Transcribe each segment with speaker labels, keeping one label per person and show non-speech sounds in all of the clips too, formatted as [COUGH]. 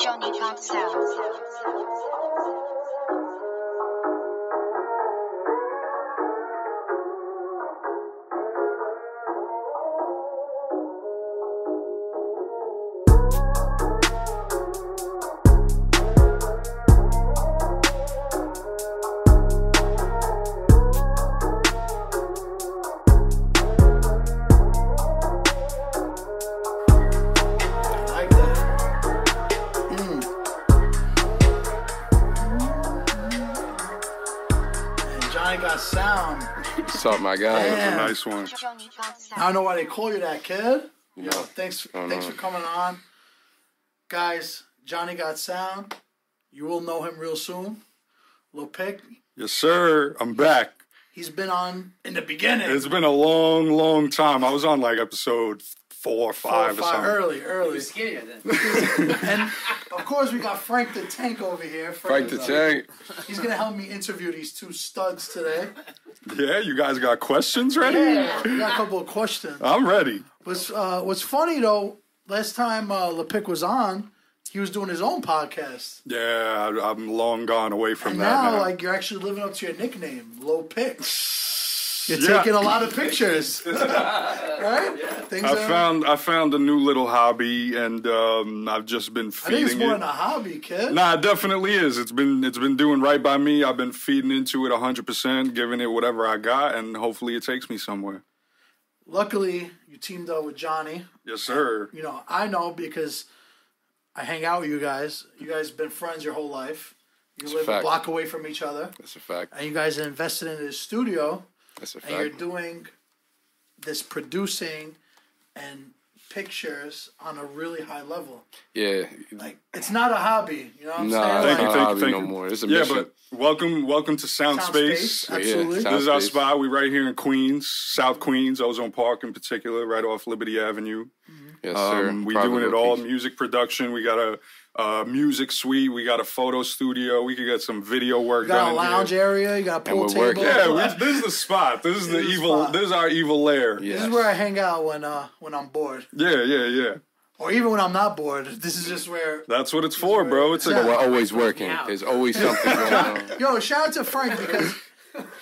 Speaker 1: Johnny Pop Sounds.
Speaker 2: like that. Mm. And Johnny got sound.
Speaker 3: What's up, my guy?
Speaker 2: Yeah.
Speaker 4: Nice one.
Speaker 1: Johnny Pop
Speaker 2: I
Speaker 1: Sounds.
Speaker 2: don't know why they call you that, kid.
Speaker 3: Yeah.
Speaker 2: Yo, thanks,
Speaker 3: I
Speaker 2: thanks
Speaker 3: know.
Speaker 2: for coming on, guys. Johnny got sound. You will know him real soon. Lil Pick.
Speaker 4: Yes, sir. I'm back.
Speaker 2: He's been on in the beginning.
Speaker 4: It's been a long, long time. I was on like episode four or
Speaker 2: Four or
Speaker 4: five or,
Speaker 2: five-
Speaker 4: something.
Speaker 2: early, early.
Speaker 5: skinnier then.
Speaker 2: [LAUGHS]
Speaker 5: [LAUGHS]
Speaker 2: and of course, we got Frank the Tank over here.
Speaker 3: Frank the
Speaker 2: is, uh,
Speaker 3: Tank.
Speaker 2: He's gonna help me interview these two studs today.
Speaker 4: Yeah, you guys got questions ready?
Speaker 2: We got a couple of questions.
Speaker 4: I'm ready.
Speaker 2: What's uh, what's funny though? Last time uh, Lepic was on, he was doing his own podcast.
Speaker 4: Yeah, I- I'm long gone away from
Speaker 2: And
Speaker 4: that.
Speaker 2: now,
Speaker 4: now.
Speaker 2: like, you're actually living up to your nickname, Low Pick. You're
Speaker 4: Yeah.
Speaker 2: taking a lot of
Speaker 4: [LAUGHS]
Speaker 2: pictures, right? Things
Speaker 4: I
Speaker 2: are-
Speaker 4: found I found a new little hobby, and um, I've just been
Speaker 2: I
Speaker 4: feeding
Speaker 2: think it's more
Speaker 4: it.
Speaker 2: than a hobby, kid.
Speaker 4: Nah, it definitely is. It's been it's been doing right by me. I've been feeding into it 100%, giving it whatever I got, and hopefully it takes me somewhere.
Speaker 2: Luckily, you teamed up with Johnny.
Speaker 4: Yes, sir.
Speaker 2: You know, I know because I hang out with you guys. You guys have been friends your whole life. You live a
Speaker 3: fact.
Speaker 2: block away from each other,
Speaker 3: That's a fact.
Speaker 2: and you guys invested in this studio.
Speaker 3: That's a
Speaker 2: and you're
Speaker 3: fact.
Speaker 2: doing this producing and pictures on a really high level.
Speaker 3: Yeah.
Speaker 2: Like it's not a hobby, you know what I'm
Speaker 3: Nah,
Speaker 2: saying?
Speaker 3: it's
Speaker 4: Thank
Speaker 2: Like,
Speaker 4: you,
Speaker 3: not
Speaker 4: thank
Speaker 3: hobby
Speaker 4: you, thank
Speaker 3: no
Speaker 4: you.
Speaker 3: more. It's a
Speaker 4: yeah,
Speaker 3: mission.
Speaker 4: but welcome, welcome to Sound,
Speaker 2: Sound
Speaker 4: Space.
Speaker 2: space,
Speaker 3: Yeah,
Speaker 2: absolutely.
Speaker 3: sound-
Speaker 4: This is our
Speaker 3: Space.
Speaker 4: spot. We're right here in Queens, South Queens, Ozone Park in particular, right off Liberty Avenue.
Speaker 3: yes, sir.
Speaker 4: Um, we
Speaker 3: Private
Speaker 4: doing it all
Speaker 3: location.
Speaker 4: music production. We got a uh, music suite. We got a photo studio. We could get some video work
Speaker 2: you got
Speaker 4: done.
Speaker 2: a
Speaker 4: in
Speaker 2: lounge
Speaker 4: here.
Speaker 2: area, you got a pool
Speaker 3: we're
Speaker 2: table.
Speaker 3: working.
Speaker 4: Yeah, we, this is the spot. This is the
Speaker 2: is the
Speaker 4: evil.
Speaker 2: spot.
Speaker 4: This is our evil lair.
Speaker 3: Yes.
Speaker 2: This is where I hang out when uh when I'm bored.
Speaker 4: yeah, yeah, yeah.
Speaker 2: Or even when I'm not bored. [LAUGHS] This is just where
Speaker 4: That's what it's for, bro. It's
Speaker 2: Yeah.
Speaker 4: a
Speaker 3: We're always working.
Speaker 5: out.
Speaker 3: There's always something going
Speaker 5: [LAUGHS]
Speaker 3: on.
Speaker 2: Yo, shout out to Frank
Speaker 3: [LAUGHS]
Speaker 2: because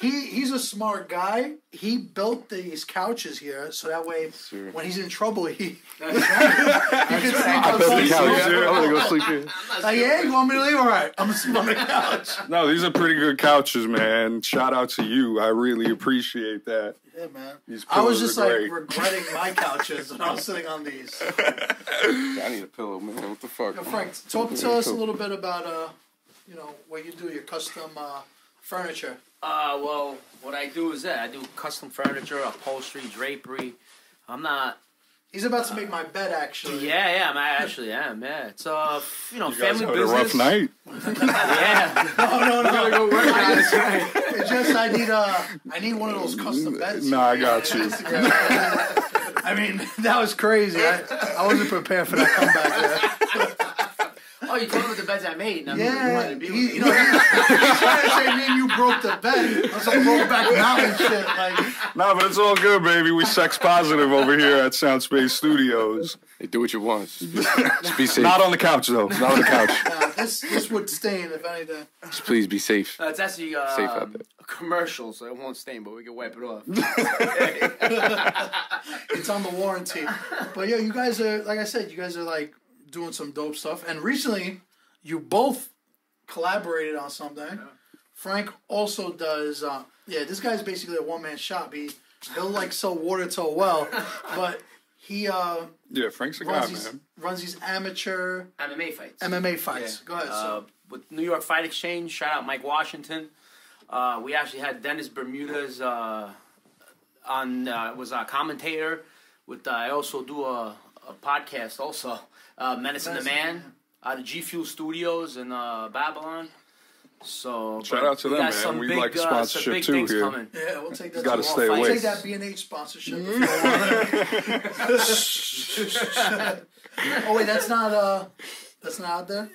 Speaker 2: he he's a smart guy. He built these couches here so that way
Speaker 3: Sure.
Speaker 2: when he's in trouble
Speaker 3: [LAUGHS]
Speaker 2: he [LAUGHS]
Speaker 3: I bet the
Speaker 4: Yeah.
Speaker 3: couch. I'm gonna go sleep here.
Speaker 5: Oh,
Speaker 2: like, Uh, yeah, you want me to leave? All right, I'm sleeping on the couch.
Speaker 4: no. These are pretty good couches, man. Shout out to you. I really appreciate that.
Speaker 2: [LAUGHS] Yeah, man.
Speaker 4: These
Speaker 2: I was
Speaker 4: pillows
Speaker 2: just
Speaker 4: are
Speaker 2: like
Speaker 4: great.
Speaker 2: regretting my couches when I was sitting on these.
Speaker 3: [LAUGHS] I need a pillow, man. What the fuck?
Speaker 2: [LAUGHS] Now, Frank, talk to us a little bit about uh, you know, what you do, your custom uh, furniture.
Speaker 5: Uh, well, what I do is that I do custom furniture, upholstery, drapery. I'm not.
Speaker 2: He's about to make my bed actually.
Speaker 5: Yeah, yeah, I'm, I actually am. Yeah, it's uh, you know,
Speaker 4: You guys
Speaker 5: family
Speaker 4: had a
Speaker 5: business.
Speaker 4: rough night.
Speaker 5: [LAUGHS] Yeah,
Speaker 2: [LAUGHS] No, [LAUGHS] no, no. It's just I need uh, I need one of those custom beds.
Speaker 4: Nah, I got you.
Speaker 2: [LAUGHS] I mean, [LAUGHS] that was crazy. I, I wasn't prepared for that [LAUGHS] comeback. There.
Speaker 5: [LAUGHS] oh, you told me the beds I made. And I'm
Speaker 2: Yeah,
Speaker 5: to be
Speaker 2: he,
Speaker 5: with
Speaker 2: you
Speaker 5: you.
Speaker 2: know, he- he's trying to say me and you broke the bed. That's some back mountain shit. Like,
Speaker 4: Nah, but it's all good, baby. We sex positive over here at Sound Space Studios.
Speaker 3: Hey, do what you want. Just
Speaker 5: [LAUGHS]
Speaker 3: be, just be safe.
Speaker 4: Not on the couch though.
Speaker 3: Not on the couch.
Speaker 2: nah, this this would stain if anything.
Speaker 3: Just please be safe.
Speaker 5: No, it's actually uh,
Speaker 3: Safe out there.
Speaker 5: a commercial, so it won't stain, but we can wipe it off. [LAUGHS]
Speaker 2: It's on the warranty. But yo, you guys are like I said, you guys are like doing some dope stuff. And recently, you both collaborated on something. Frank also does. Uh, yeah, this guy's basically a one man shop. He he'll like sell water to a well, but he uh,
Speaker 4: [LAUGHS] Yeah, Frank's a guy,
Speaker 2: runs these
Speaker 4: man.
Speaker 2: runs these amateur
Speaker 5: MMA fights.
Speaker 2: MMA fights.
Speaker 5: Yeah.
Speaker 2: Go ahead.
Speaker 5: Uh,
Speaker 2: so.
Speaker 5: with New York Fight Exchange, shout out Mike Washington. Uh, we actually had Dennis Bermudez uh, on uh, was a commentator. With uh, I also do a, a podcast also, uh, Menace and
Speaker 2: Menace and
Speaker 5: the
Speaker 2: the
Speaker 5: Man, out of G Fuel Studios in uh, Babylon. So
Speaker 4: Shout
Speaker 5: but
Speaker 4: out to
Speaker 5: we
Speaker 4: them,
Speaker 5: got
Speaker 4: man.
Speaker 5: some
Speaker 4: We'd
Speaker 5: big,
Speaker 4: like a
Speaker 5: uh, some
Speaker 4: sponsorship
Speaker 5: big
Speaker 4: too
Speaker 5: things
Speaker 4: here.
Speaker 5: coming.
Speaker 2: Yeah, we'll take that.
Speaker 4: gotta
Speaker 2: to
Speaker 4: stay
Speaker 2: all
Speaker 4: away.
Speaker 2: Take that B and H sponsorship. if you
Speaker 5: [LAUGHS]
Speaker 2: want. [LAUGHS] oh wait, that's not uh, that's not out there.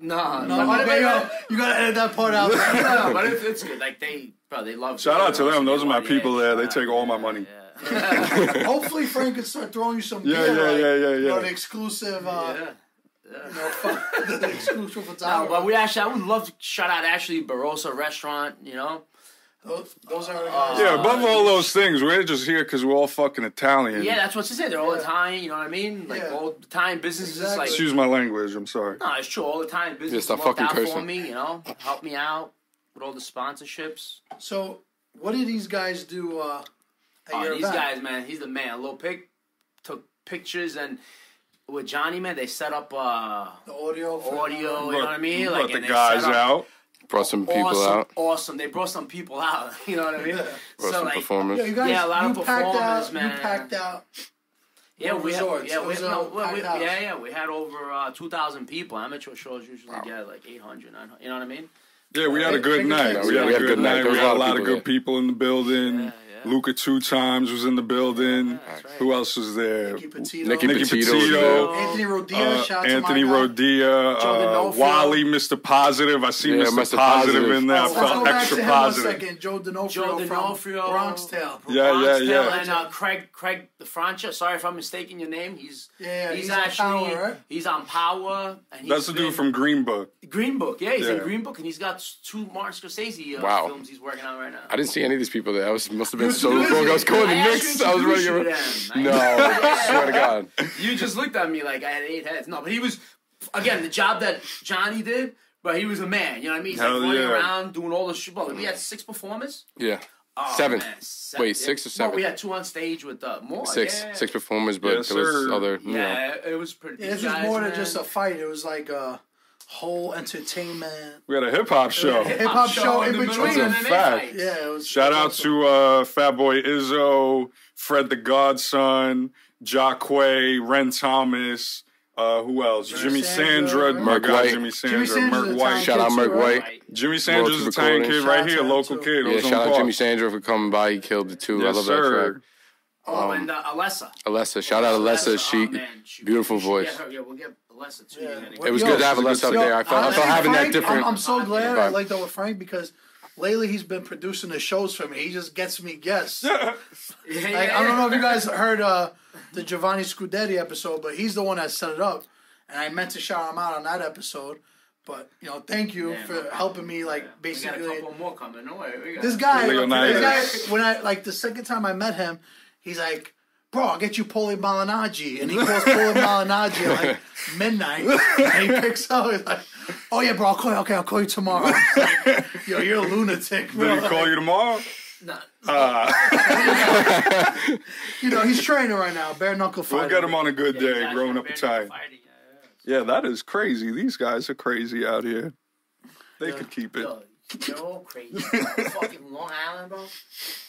Speaker 5: No,
Speaker 2: No,
Speaker 5: but,
Speaker 2: okay,
Speaker 5: [LAUGHS]
Speaker 2: yo, you gotta edit that part out.
Speaker 5: no, [LAUGHS] but it, it's good. Like they, bro, they love.
Speaker 4: Shout out to them. Those are my
Speaker 5: Yeah,
Speaker 4: people there. They
Speaker 5: shout
Speaker 4: take
Speaker 5: out.
Speaker 4: all my money.
Speaker 5: [LAUGHS] Yeah. [LAUGHS]
Speaker 2: Hopefully, Frank can start throwing you some
Speaker 4: Yeah,
Speaker 2: beer,
Speaker 4: yeah,
Speaker 2: like,
Speaker 4: yeah, yeah,
Speaker 2: you know,
Speaker 4: yeah.
Speaker 2: the exclusive. Uh,
Speaker 5: yeah.
Speaker 2: You know, fuck [LAUGHS] the exclusive
Speaker 5: Uh,
Speaker 2: photographer.
Speaker 5: but we actually, I would love to shout out actually Barossa Restaurant. You know,
Speaker 2: Those, those are the
Speaker 5: Uh,
Speaker 2: guys.
Speaker 4: [LAUGHS] Yeah, above all those things, we're just here because we're all fucking Italian.
Speaker 5: yeah, that's what she said. They're all Italian. You know what I mean? Like
Speaker 2: Yeah.
Speaker 5: all Italian businesses.
Speaker 2: Exactly.
Speaker 5: Like
Speaker 4: Excuse my language. I'm sorry.
Speaker 5: No, it's true. All the time, business
Speaker 3: stop
Speaker 5: worked
Speaker 3: fucking
Speaker 5: out for
Speaker 3: cursing.
Speaker 5: me. You know, help me out with all the sponsorships.
Speaker 2: So, what did these guys do uh, at
Speaker 5: Oh,
Speaker 2: your
Speaker 5: these
Speaker 2: event?
Speaker 5: guys, man, he's the man. Lil Pick took pictures, and with Johnny, man, they set up uh,
Speaker 2: the audio. for-
Speaker 5: audio. you know what I mean?
Speaker 4: You
Speaker 5: Like
Speaker 4: brought the
Speaker 5: and they
Speaker 4: guys
Speaker 5: set up
Speaker 4: out.
Speaker 3: Brought some people
Speaker 5: Awesome,
Speaker 3: out.
Speaker 5: awesome. They brought some people out. [LAUGHS] You know what I mean?
Speaker 2: Yeah.
Speaker 3: Brought
Speaker 5: so
Speaker 3: some
Speaker 5: like,
Speaker 3: performance.
Speaker 2: Yeah, you guys.
Speaker 5: Yeah, a lot
Speaker 2: you
Speaker 5: of
Speaker 2: packed
Speaker 5: performers,
Speaker 2: out,
Speaker 5: man.
Speaker 2: You packed out.
Speaker 5: yeah, we had,
Speaker 2: resorts.
Speaker 5: yeah,
Speaker 2: It
Speaker 5: we,
Speaker 2: was, uh,
Speaker 5: no, we-
Speaker 2: packed
Speaker 5: we-
Speaker 2: house.
Speaker 5: yeah, yeah, we had over uh, two thousand people. Amateur shows usually get like 800, 900, You know what I mean?
Speaker 4: Yeah, we had a good
Speaker 2: Chicken
Speaker 4: night.
Speaker 2: nuggets.
Speaker 4: We had a good night.
Speaker 3: There
Speaker 4: We
Speaker 3: was
Speaker 4: had a lot of good
Speaker 3: there.
Speaker 4: people in the building.
Speaker 5: yeah.
Speaker 4: Luca two times was in the building.
Speaker 5: that's right.
Speaker 4: Who else was there?
Speaker 2: Nicky Petito.
Speaker 3: Nicky
Speaker 4: Nicky
Speaker 3: Petito
Speaker 4: Petito.
Speaker 3: was there.
Speaker 2: Anthony Rodia. shout
Speaker 4: Uh,
Speaker 2: out to oh my
Speaker 4: Anthony
Speaker 2: guy.
Speaker 4: Rodia, uh,
Speaker 2: D'Onofrio.
Speaker 4: Wally, Mr. Positive. I see
Speaker 3: Yeah,
Speaker 4: Mr.
Speaker 3: Mr.
Speaker 4: Positive, in there. I
Speaker 2: Let's go
Speaker 4: felt
Speaker 2: back
Speaker 4: extra
Speaker 2: to him
Speaker 4: positive.
Speaker 2: a second. Joe D'Onofrio,
Speaker 5: Joe D'Onofrio.
Speaker 2: from Bronx Tale.
Speaker 4: Yeah,
Speaker 5: Bronx
Speaker 4: yeah,
Speaker 5: Tale
Speaker 4: yeah.
Speaker 5: And uh, Craig, Craig DeFrancia. Sorry if I'm mistaking your name. He's
Speaker 2: Yeah,
Speaker 5: he's,
Speaker 2: he's on
Speaker 5: actually
Speaker 2: Power, right?
Speaker 5: he's on Power. And he's
Speaker 4: That's the
Speaker 5: been-
Speaker 4: dude from Green Book.
Speaker 5: Green Book. Yeah, he's in
Speaker 4: Yeah.
Speaker 5: Green Book, and he's got two Martin Scorsese uh,
Speaker 3: Wow.
Speaker 5: films he's working on right now.
Speaker 3: I didn't see any of these people there. I was must have been
Speaker 2: You're
Speaker 3: so
Speaker 2: too
Speaker 3: broke.
Speaker 2: busy.
Speaker 3: I was going to
Speaker 5: I asked
Speaker 3: Knicks.
Speaker 5: you to
Speaker 3: I was running
Speaker 5: introduce
Speaker 3: around.
Speaker 5: you to
Speaker 3: No,
Speaker 5: [LAUGHS] them.
Speaker 3: swear to God.
Speaker 5: You just looked at me like I had eight heads. No, but he was again the job that Johnny did. But he was a man. You know what I mean? He's
Speaker 4: Hell
Speaker 5: like running
Speaker 4: yeah.
Speaker 5: around doing all the shit. Well, we had six performers.
Speaker 3: Yeah,
Speaker 5: Oh,
Speaker 3: seven.
Speaker 5: man, se-
Speaker 3: Wait, six or
Speaker 5: No,
Speaker 3: seven?
Speaker 5: we had two on stage with uh, more.
Speaker 3: Six,
Speaker 5: yeah.
Speaker 3: six performers, but
Speaker 4: Yes,
Speaker 3: there was
Speaker 4: sir.
Speaker 3: other. You know.
Speaker 5: Yeah, it was pretty.
Speaker 2: It was
Speaker 5: these
Speaker 2: just
Speaker 5: guys,
Speaker 2: more than
Speaker 5: man.
Speaker 2: just a fight. It was like a whole entertainment
Speaker 4: We had a hip hop show.
Speaker 2: hip hop show in
Speaker 5: the middle
Speaker 2: between.
Speaker 5: of
Speaker 4: That's a
Speaker 5: MMA
Speaker 4: fact.
Speaker 5: fights.
Speaker 2: Yeah, it was.
Speaker 4: Shout out to uh, Fat Boy Izzo, Fred the Godson, Jacque, Ren Thomas. Uh, who else? Jimmy Sandra,
Speaker 2: Sandra.
Speaker 4: my
Speaker 3: Merk
Speaker 4: guy,
Speaker 3: White.
Speaker 4: Jimmy Sandra,
Speaker 2: Jimmy Sandra's
Speaker 4: Merk
Speaker 2: a
Speaker 4: White.
Speaker 2: talent
Speaker 3: Shout out
Speaker 2: kid,
Speaker 3: Merk
Speaker 2: too, right?
Speaker 3: White.
Speaker 4: Jimmy Sandra's a
Speaker 3: Royalty
Speaker 4: Italian
Speaker 3: Recordings.
Speaker 4: kid right
Speaker 2: Shout
Speaker 4: here,
Speaker 2: out
Speaker 4: local
Speaker 2: to-
Speaker 4: kid.
Speaker 3: Yeah,
Speaker 4: Ozone
Speaker 3: shout out
Speaker 4: Park.
Speaker 3: Jimmy Sandra for coming by. He killed the two. I
Speaker 4: Yes,
Speaker 3: love that
Speaker 4: sir.
Speaker 3: track.
Speaker 5: Oh, and uh, Alessa.
Speaker 3: Alessa, Um, shout out Alessa. She,
Speaker 5: oh, man, she-
Speaker 3: beautiful
Speaker 5: we should
Speaker 3: voice.
Speaker 5: Get her. Yeah, we'll get Alessa too.
Speaker 2: Yeah.
Speaker 5: Yeah.
Speaker 3: It was
Speaker 2: Yo,
Speaker 3: good to have
Speaker 4: she's a
Speaker 3: Alessa up
Speaker 4: good
Speaker 3: there. I felt, I
Speaker 2: Honestly,
Speaker 3: felt having that
Speaker 2: Frank,
Speaker 3: different.
Speaker 2: I'm, I'm so glad I
Speaker 3: vibe.
Speaker 2: like that with Frank because lately he's been producing the shows for me. He just gets me guests. Like, I don't know if you guys heard uh, the Giovanni Scudetti episode, but he's the one that set it up, and I meant to shout him out on that episode. But you know, thank you
Speaker 5: Yeah,
Speaker 2: for
Speaker 5: no problem.
Speaker 2: helping me, like
Speaker 5: We got a
Speaker 2: basically.
Speaker 5: couple more coming. No way. We got
Speaker 2: This guy,
Speaker 4: Leonidas.
Speaker 2: this guy, when I like the second time I met him, he's like, "Bro, I'll get you Poli Malinagi," and he
Speaker 4: [LAUGHS]
Speaker 2: calls Poli Malinagi at like midnight, and he picks up. He's like, "Oh yeah, bro, I'll call you. Okay, I'll call you tomorrow." [LAUGHS] Like, Yo, you're a lunatic. Bro.
Speaker 4: Did he call you tomorrow?
Speaker 5: Nah,
Speaker 2: You know, he's training right now, bare knuckle
Speaker 4: We'll
Speaker 2: fighting.
Speaker 4: get him on a good
Speaker 5: yeah,
Speaker 4: day,
Speaker 5: exactly.
Speaker 4: growing up
Speaker 5: Bare
Speaker 4: Italian.
Speaker 5: knuckle fighting, yeah,
Speaker 4: Yeah, that is crazy. These guys are crazy out here. They could keep it.
Speaker 5: yeah. Yo, They're all crazy. Fucking Long Island, bro.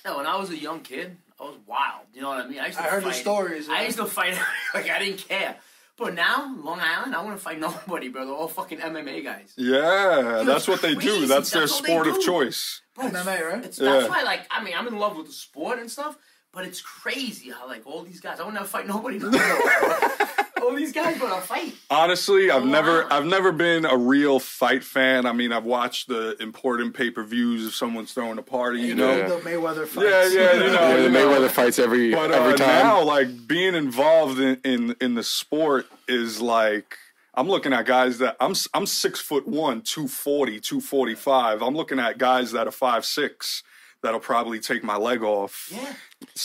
Speaker 5: No, when I was a young kid, I was wild. You know what I mean? I, used to
Speaker 2: I heard the
Speaker 5: fight-
Speaker 2: stories,
Speaker 5: I
Speaker 2: yeah.
Speaker 5: used to fight [LAUGHS] like I didn't care. But now, Long Island, I want to fight [LAUGHS] nobody, bro. They're all fucking MMA guys.
Speaker 4: Yeah, that's what they
Speaker 5: crazy.
Speaker 4: do. That's their
Speaker 5: That's what they
Speaker 4: sport of
Speaker 5: do.
Speaker 4: choice.
Speaker 5: Bro, it's-
Speaker 2: MMA, right?
Speaker 5: It's, That's
Speaker 4: Yeah.
Speaker 5: why, like, I mean, I'm in love with the sport and stuff, but it's crazy how, like, all these guys, I would never fight nobody. [LAUGHS] all these guys, but I'll fight.
Speaker 4: Honestly, I've
Speaker 5: Wow.
Speaker 4: never I've never been a real fight fan. I mean, I've watched the important pay-per-views if someone's throwing a party, you know.
Speaker 2: the Mayweayweather fights.
Speaker 4: Yeah, yeah, you know.
Speaker 3: [LAUGHS] Yeah,
Speaker 4: you
Speaker 3: the
Speaker 4: know.
Speaker 3: Mayweather fights every
Speaker 4: But uh,
Speaker 3: every time.
Speaker 4: now, like being involved in, in in the sport is like I'm looking at guys that I'm s- I'm six foot one, 240, 245. I'm looking at guys that are five six that'll probably take my leg off.
Speaker 5: Yeah.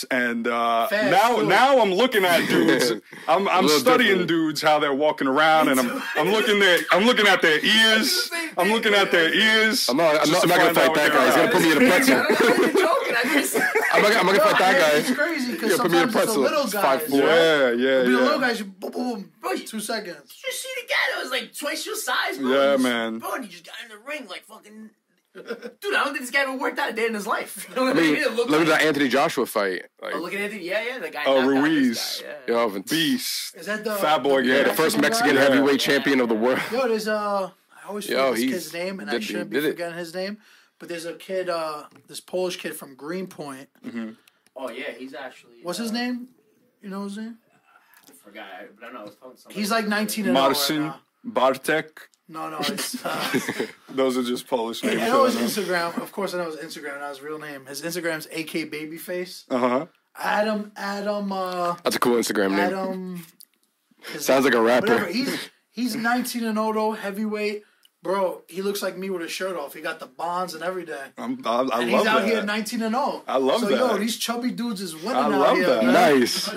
Speaker 4: And uh,
Speaker 2: Fast
Speaker 4: now
Speaker 2: food.
Speaker 4: now I'm looking
Speaker 3: [LAUGHS]
Speaker 4: at dudes. I'm I'm
Speaker 3: little
Speaker 4: studying
Speaker 3: different.
Speaker 4: dudes how they're walking around, and I'm I'm looking at I'm looking
Speaker 3: [LAUGHS]
Speaker 4: at their ears. I'm looking at their ears.
Speaker 3: I'm not, I'm
Speaker 4: just
Speaker 3: not,
Speaker 4: to
Speaker 3: I'm not gonna
Speaker 4: find out
Speaker 3: fight that
Speaker 4: what they're
Speaker 3: guy. He's gonna
Speaker 4: about.
Speaker 3: put me in a pretzel.
Speaker 4: [LAUGHS]
Speaker 5: I'm not even joking. I just, [LAUGHS]
Speaker 3: I'm not, I'm not gonna fight that
Speaker 2: It's
Speaker 3: guy.
Speaker 2: crazy because
Speaker 3: Yeah, put me in a
Speaker 2: sometimes it's the
Speaker 3: pretzel.
Speaker 2: little
Speaker 3: It's
Speaker 2: guys.
Speaker 3: five four.
Speaker 2: right?
Speaker 4: Yeah, yeah,
Speaker 2: It'll be the little
Speaker 4: yeah.
Speaker 2: guys. you Boom, boom, boom. Two seconds.
Speaker 5: you see the guy that was, like, twice your size, bro.
Speaker 4: Yeah,
Speaker 5: He just-
Speaker 4: man.
Speaker 5: Bro, and he just got in the ring, like, fucking. [LAUGHS] Dude, I don't think this guy ever worked out a day in his life. [LAUGHS] You know what I
Speaker 3: I
Speaker 5: mean?
Speaker 3: mean,
Speaker 5: It looked
Speaker 3: look at
Speaker 5: like-
Speaker 3: that Anthony Joshua fight. Like,
Speaker 5: Oh, Look at Anthony. Yeah, yeah, the guy.
Speaker 4: Oh,
Speaker 5: knocked out this
Speaker 4: Ruiz.
Speaker 5: guy, yeah.
Speaker 3: you know, if it's-
Speaker 4: Beast.
Speaker 2: Is that the
Speaker 4: Fat boy, yeah,
Speaker 3: yeah, the first Mexican
Speaker 4: Yeah.
Speaker 3: heavyweight champion of the world. [LAUGHS]
Speaker 2: Yo, there's uh, I always forget
Speaker 3: Yo,
Speaker 2: this
Speaker 3: he's-
Speaker 2: kid's name, and I
Speaker 3: did- he
Speaker 2: shouldn't be
Speaker 3: did it.
Speaker 2: forgetting his name. But there's a kid, uh, this Polish kid from Greenpoint.
Speaker 5: Oh, yeah, he's actually. uh,
Speaker 2: What's his name? You know his name?
Speaker 5: I forgot, but I don't know. I was telling somebody.
Speaker 2: He's
Speaker 5: [LAUGHS]
Speaker 2: like 19 and
Speaker 4: Marcin
Speaker 2: Marcin.
Speaker 4: Bartek.
Speaker 2: No,
Speaker 3: [LAUGHS]
Speaker 2: no, it's. Uh,
Speaker 4: Those are just Polish names.
Speaker 2: I know his Instagram. Of course, I know his Instagram. I know his real name. His Instagram's AK Babyface.
Speaker 4: Uh
Speaker 3: Uh-huh.
Speaker 4: huh.
Speaker 2: Adam, Adam, uh,
Speaker 3: That's a cool Instagram name.
Speaker 2: Adam.
Speaker 3: Sounds like a rapper.
Speaker 2: Whatever. He's He's 19 and Odo, heavyweight. Bro, he looks like me with his shirt off. He got the bonds and everything.
Speaker 4: I'm, I, I
Speaker 2: And
Speaker 4: love
Speaker 2: he's out
Speaker 4: that.
Speaker 2: here 19 and 0.
Speaker 4: I love
Speaker 2: so,
Speaker 4: that.
Speaker 2: So, yo, these chubby dudes is winning
Speaker 4: I
Speaker 2: out
Speaker 4: love
Speaker 2: here.
Speaker 4: that.
Speaker 2: man.
Speaker 3: [LAUGHS]
Speaker 4: [LAUGHS]
Speaker 3: Nice.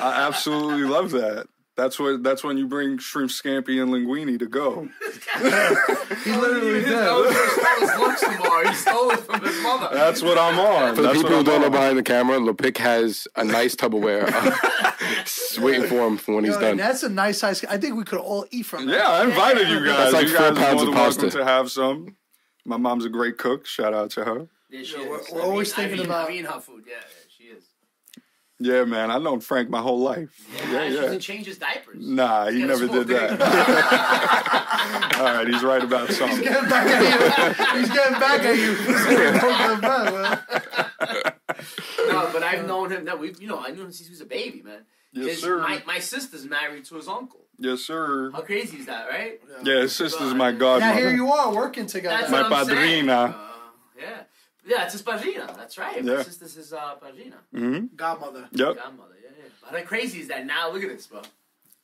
Speaker 4: I absolutely love that. That's what. That's when you bring shrimp scampi and linguine to go.
Speaker 2: He literally did.
Speaker 5: Oh,
Speaker 1: That was, that was Luke's tomorrow. He stole it from his mother.
Speaker 4: That's what I'm on.
Speaker 3: For the
Speaker 4: That's
Speaker 3: people who
Speaker 4: what I'm
Speaker 3: don't know
Speaker 4: on.
Speaker 3: behind the camera, LePic has a nice
Speaker 4: [LAUGHS]
Speaker 3: Tupperware [LAUGHS] It's waiting for him for when he's
Speaker 2: Yo,
Speaker 3: done.
Speaker 2: and that's a nice size. I think we could all eat from that.
Speaker 4: Yeah, I invited you guys.
Speaker 3: That's like
Speaker 4: you
Speaker 3: four
Speaker 4: guys are
Speaker 3: pounds
Speaker 4: more
Speaker 3: of
Speaker 4: than
Speaker 3: pasta.
Speaker 4: welcome to have some. My mom's a great cook. Shout out to her.
Speaker 5: Yeah, she
Speaker 2: Yeah, we're-
Speaker 5: is.
Speaker 2: we're
Speaker 5: I've
Speaker 2: always
Speaker 5: eaten-
Speaker 2: thinking
Speaker 5: I've eaten-
Speaker 2: about-
Speaker 5: I've eaten her food. Yeah, yeah, she is.
Speaker 4: Yeah, man, I've known Frank my whole life.
Speaker 5: Yeah, she
Speaker 4: yeah.
Speaker 5: doesn't change his diapers.
Speaker 4: Nah, he
Speaker 5: Yeah,
Speaker 4: never
Speaker 5: small
Speaker 4: did that. [LAUGHS] All right, he's right about something.
Speaker 2: He's getting back at you. He's getting back at
Speaker 5: [LAUGHS]
Speaker 2: you. He's getting poked in the butt, man.
Speaker 5: No, but I've known him. That we, you know, I knew him since he was a baby, man.
Speaker 4: Yes,
Speaker 5: 'Cause
Speaker 4: sir.
Speaker 5: My, my sister's married to his uncle.
Speaker 4: Yes, sir.
Speaker 5: How crazy is that, right?
Speaker 4: Yeah, his sister's my
Speaker 2: Now
Speaker 4: godmother.
Speaker 2: here you are working together.
Speaker 5: That's
Speaker 4: My
Speaker 5: what I'm saying.
Speaker 4: padrina.
Speaker 5: Uh, yeah, yeah, it's his padrina. That's right. My
Speaker 4: Yeah.
Speaker 5: sister's his uh, padrina,
Speaker 2: Godmother.
Speaker 4: Yep.
Speaker 5: godmother. Yeah, yeah. But how crazy is that? Now look at this, bro.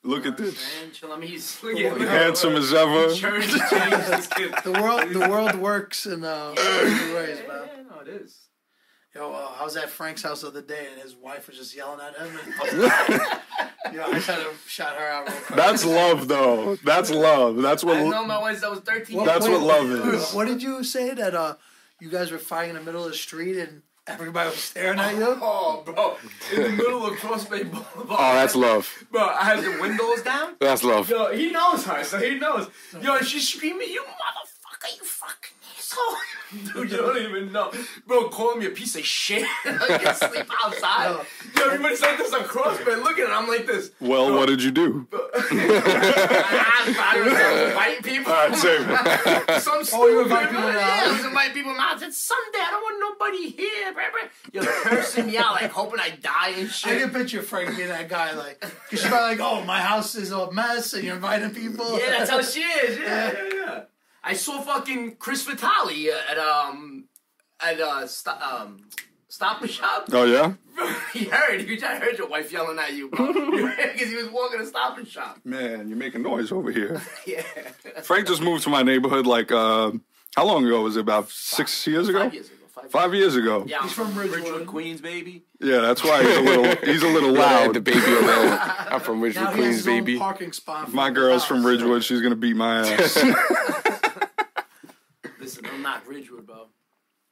Speaker 4: Look at this.
Speaker 5: Man, chill. I mean, he's [LAUGHS] look at- look
Speaker 4: [LAUGHS]
Speaker 5: at-
Speaker 4: Handsome as
Speaker 5: [LAUGHS]
Speaker 4: ever.
Speaker 5: Church
Speaker 4: [LAUGHS]
Speaker 5: changed this kid.
Speaker 2: The world, the world works in uh, crazy ways,
Speaker 5: Yeah,
Speaker 2: man.
Speaker 5: yeah, no, it is.
Speaker 2: Yo, uh, I was at Frank's house the other day, and his wife was just yelling at him. And yo, I just had to shout her out real quick.
Speaker 4: That's love, though. That's love. That's
Speaker 5: I know
Speaker 4: [LAUGHS] what.
Speaker 5: my wife since I was 13.
Speaker 2: Well,
Speaker 4: That's
Speaker 2: wait,
Speaker 4: what love is.
Speaker 2: What did you say that uh, you guys were fighting in the middle of the street and everybody
Speaker 5: [LAUGHS]
Speaker 2: was staring at you?
Speaker 1: Oh, bro.
Speaker 5: in
Speaker 4: [LAUGHS]
Speaker 5: the middle of Cross Bay Boulevard.
Speaker 3: Oh, that's love.
Speaker 5: Bro, I had the windows down.
Speaker 3: That's love.
Speaker 5: Yo, he knows her, so he knows. Yo, she's screaming, you motherfucker, you fucking asshole. [LAUGHS] Dude, you don't even know. Bro, calling me a piece of shit. [LAUGHS] I can sleep outside. Yo, everybody's like this on Cross Bay looking, and I'm
Speaker 4: [LAUGHS]
Speaker 5: like this.
Speaker 4: Well, what did you
Speaker 5: [LAUGHS]
Speaker 4: do?
Speaker 5: I don't
Speaker 4: [LAUGHS]
Speaker 5: know, inviting people.
Speaker 4: All right, save it.
Speaker 5: [LAUGHS] Some stupid
Speaker 2: you invite people
Speaker 5: yeah,
Speaker 2: out.
Speaker 5: I was inviting people out. It's Sunday. I don't want nobody here. Blah, blah. Yo, they're cursing me out, like hoping I die and shit.
Speaker 2: I can picture Frank being that guy, like, because she's probably like, "Oh, my house is a mess, and you're inviting people."
Speaker 5: Yeah, that's how she is. Yeah, yeah, yeah. I saw fucking Chris Vitale at um at uh st- um Stop and Shop.
Speaker 4: Oh yeah,
Speaker 5: [LAUGHS] he heard. He I heard your wife yelling at you, bro, [LAUGHS] because he was walking to Stop and Shop.
Speaker 4: man, you're making noise over here.
Speaker 5: [LAUGHS] Yeah,
Speaker 4: Frank just moved to my neighborhood. Like, uh, how long ago was it? About six years ago.
Speaker 5: five years ago. Five.
Speaker 4: Five years ago.
Speaker 2: [LAUGHS]
Speaker 5: Yeah,
Speaker 2: He's from Ridgewood.
Speaker 5: Queens, baby.
Speaker 4: Yeah, that's why he's a little.
Speaker 5: [LAUGHS]
Speaker 4: He's a little
Speaker 3: I had
Speaker 4: loud.
Speaker 3: the baby alone. I'm from Richmond,
Speaker 2: Now he has
Speaker 3: Queens,
Speaker 2: his own
Speaker 3: baby.
Speaker 2: parking spot.
Speaker 4: My girl's
Speaker 5: Oh,
Speaker 4: from Ridgewood. She's gonna beat my
Speaker 5: [LAUGHS]
Speaker 4: ass.
Speaker 5: Listen, I'm not Ridgewood, bro.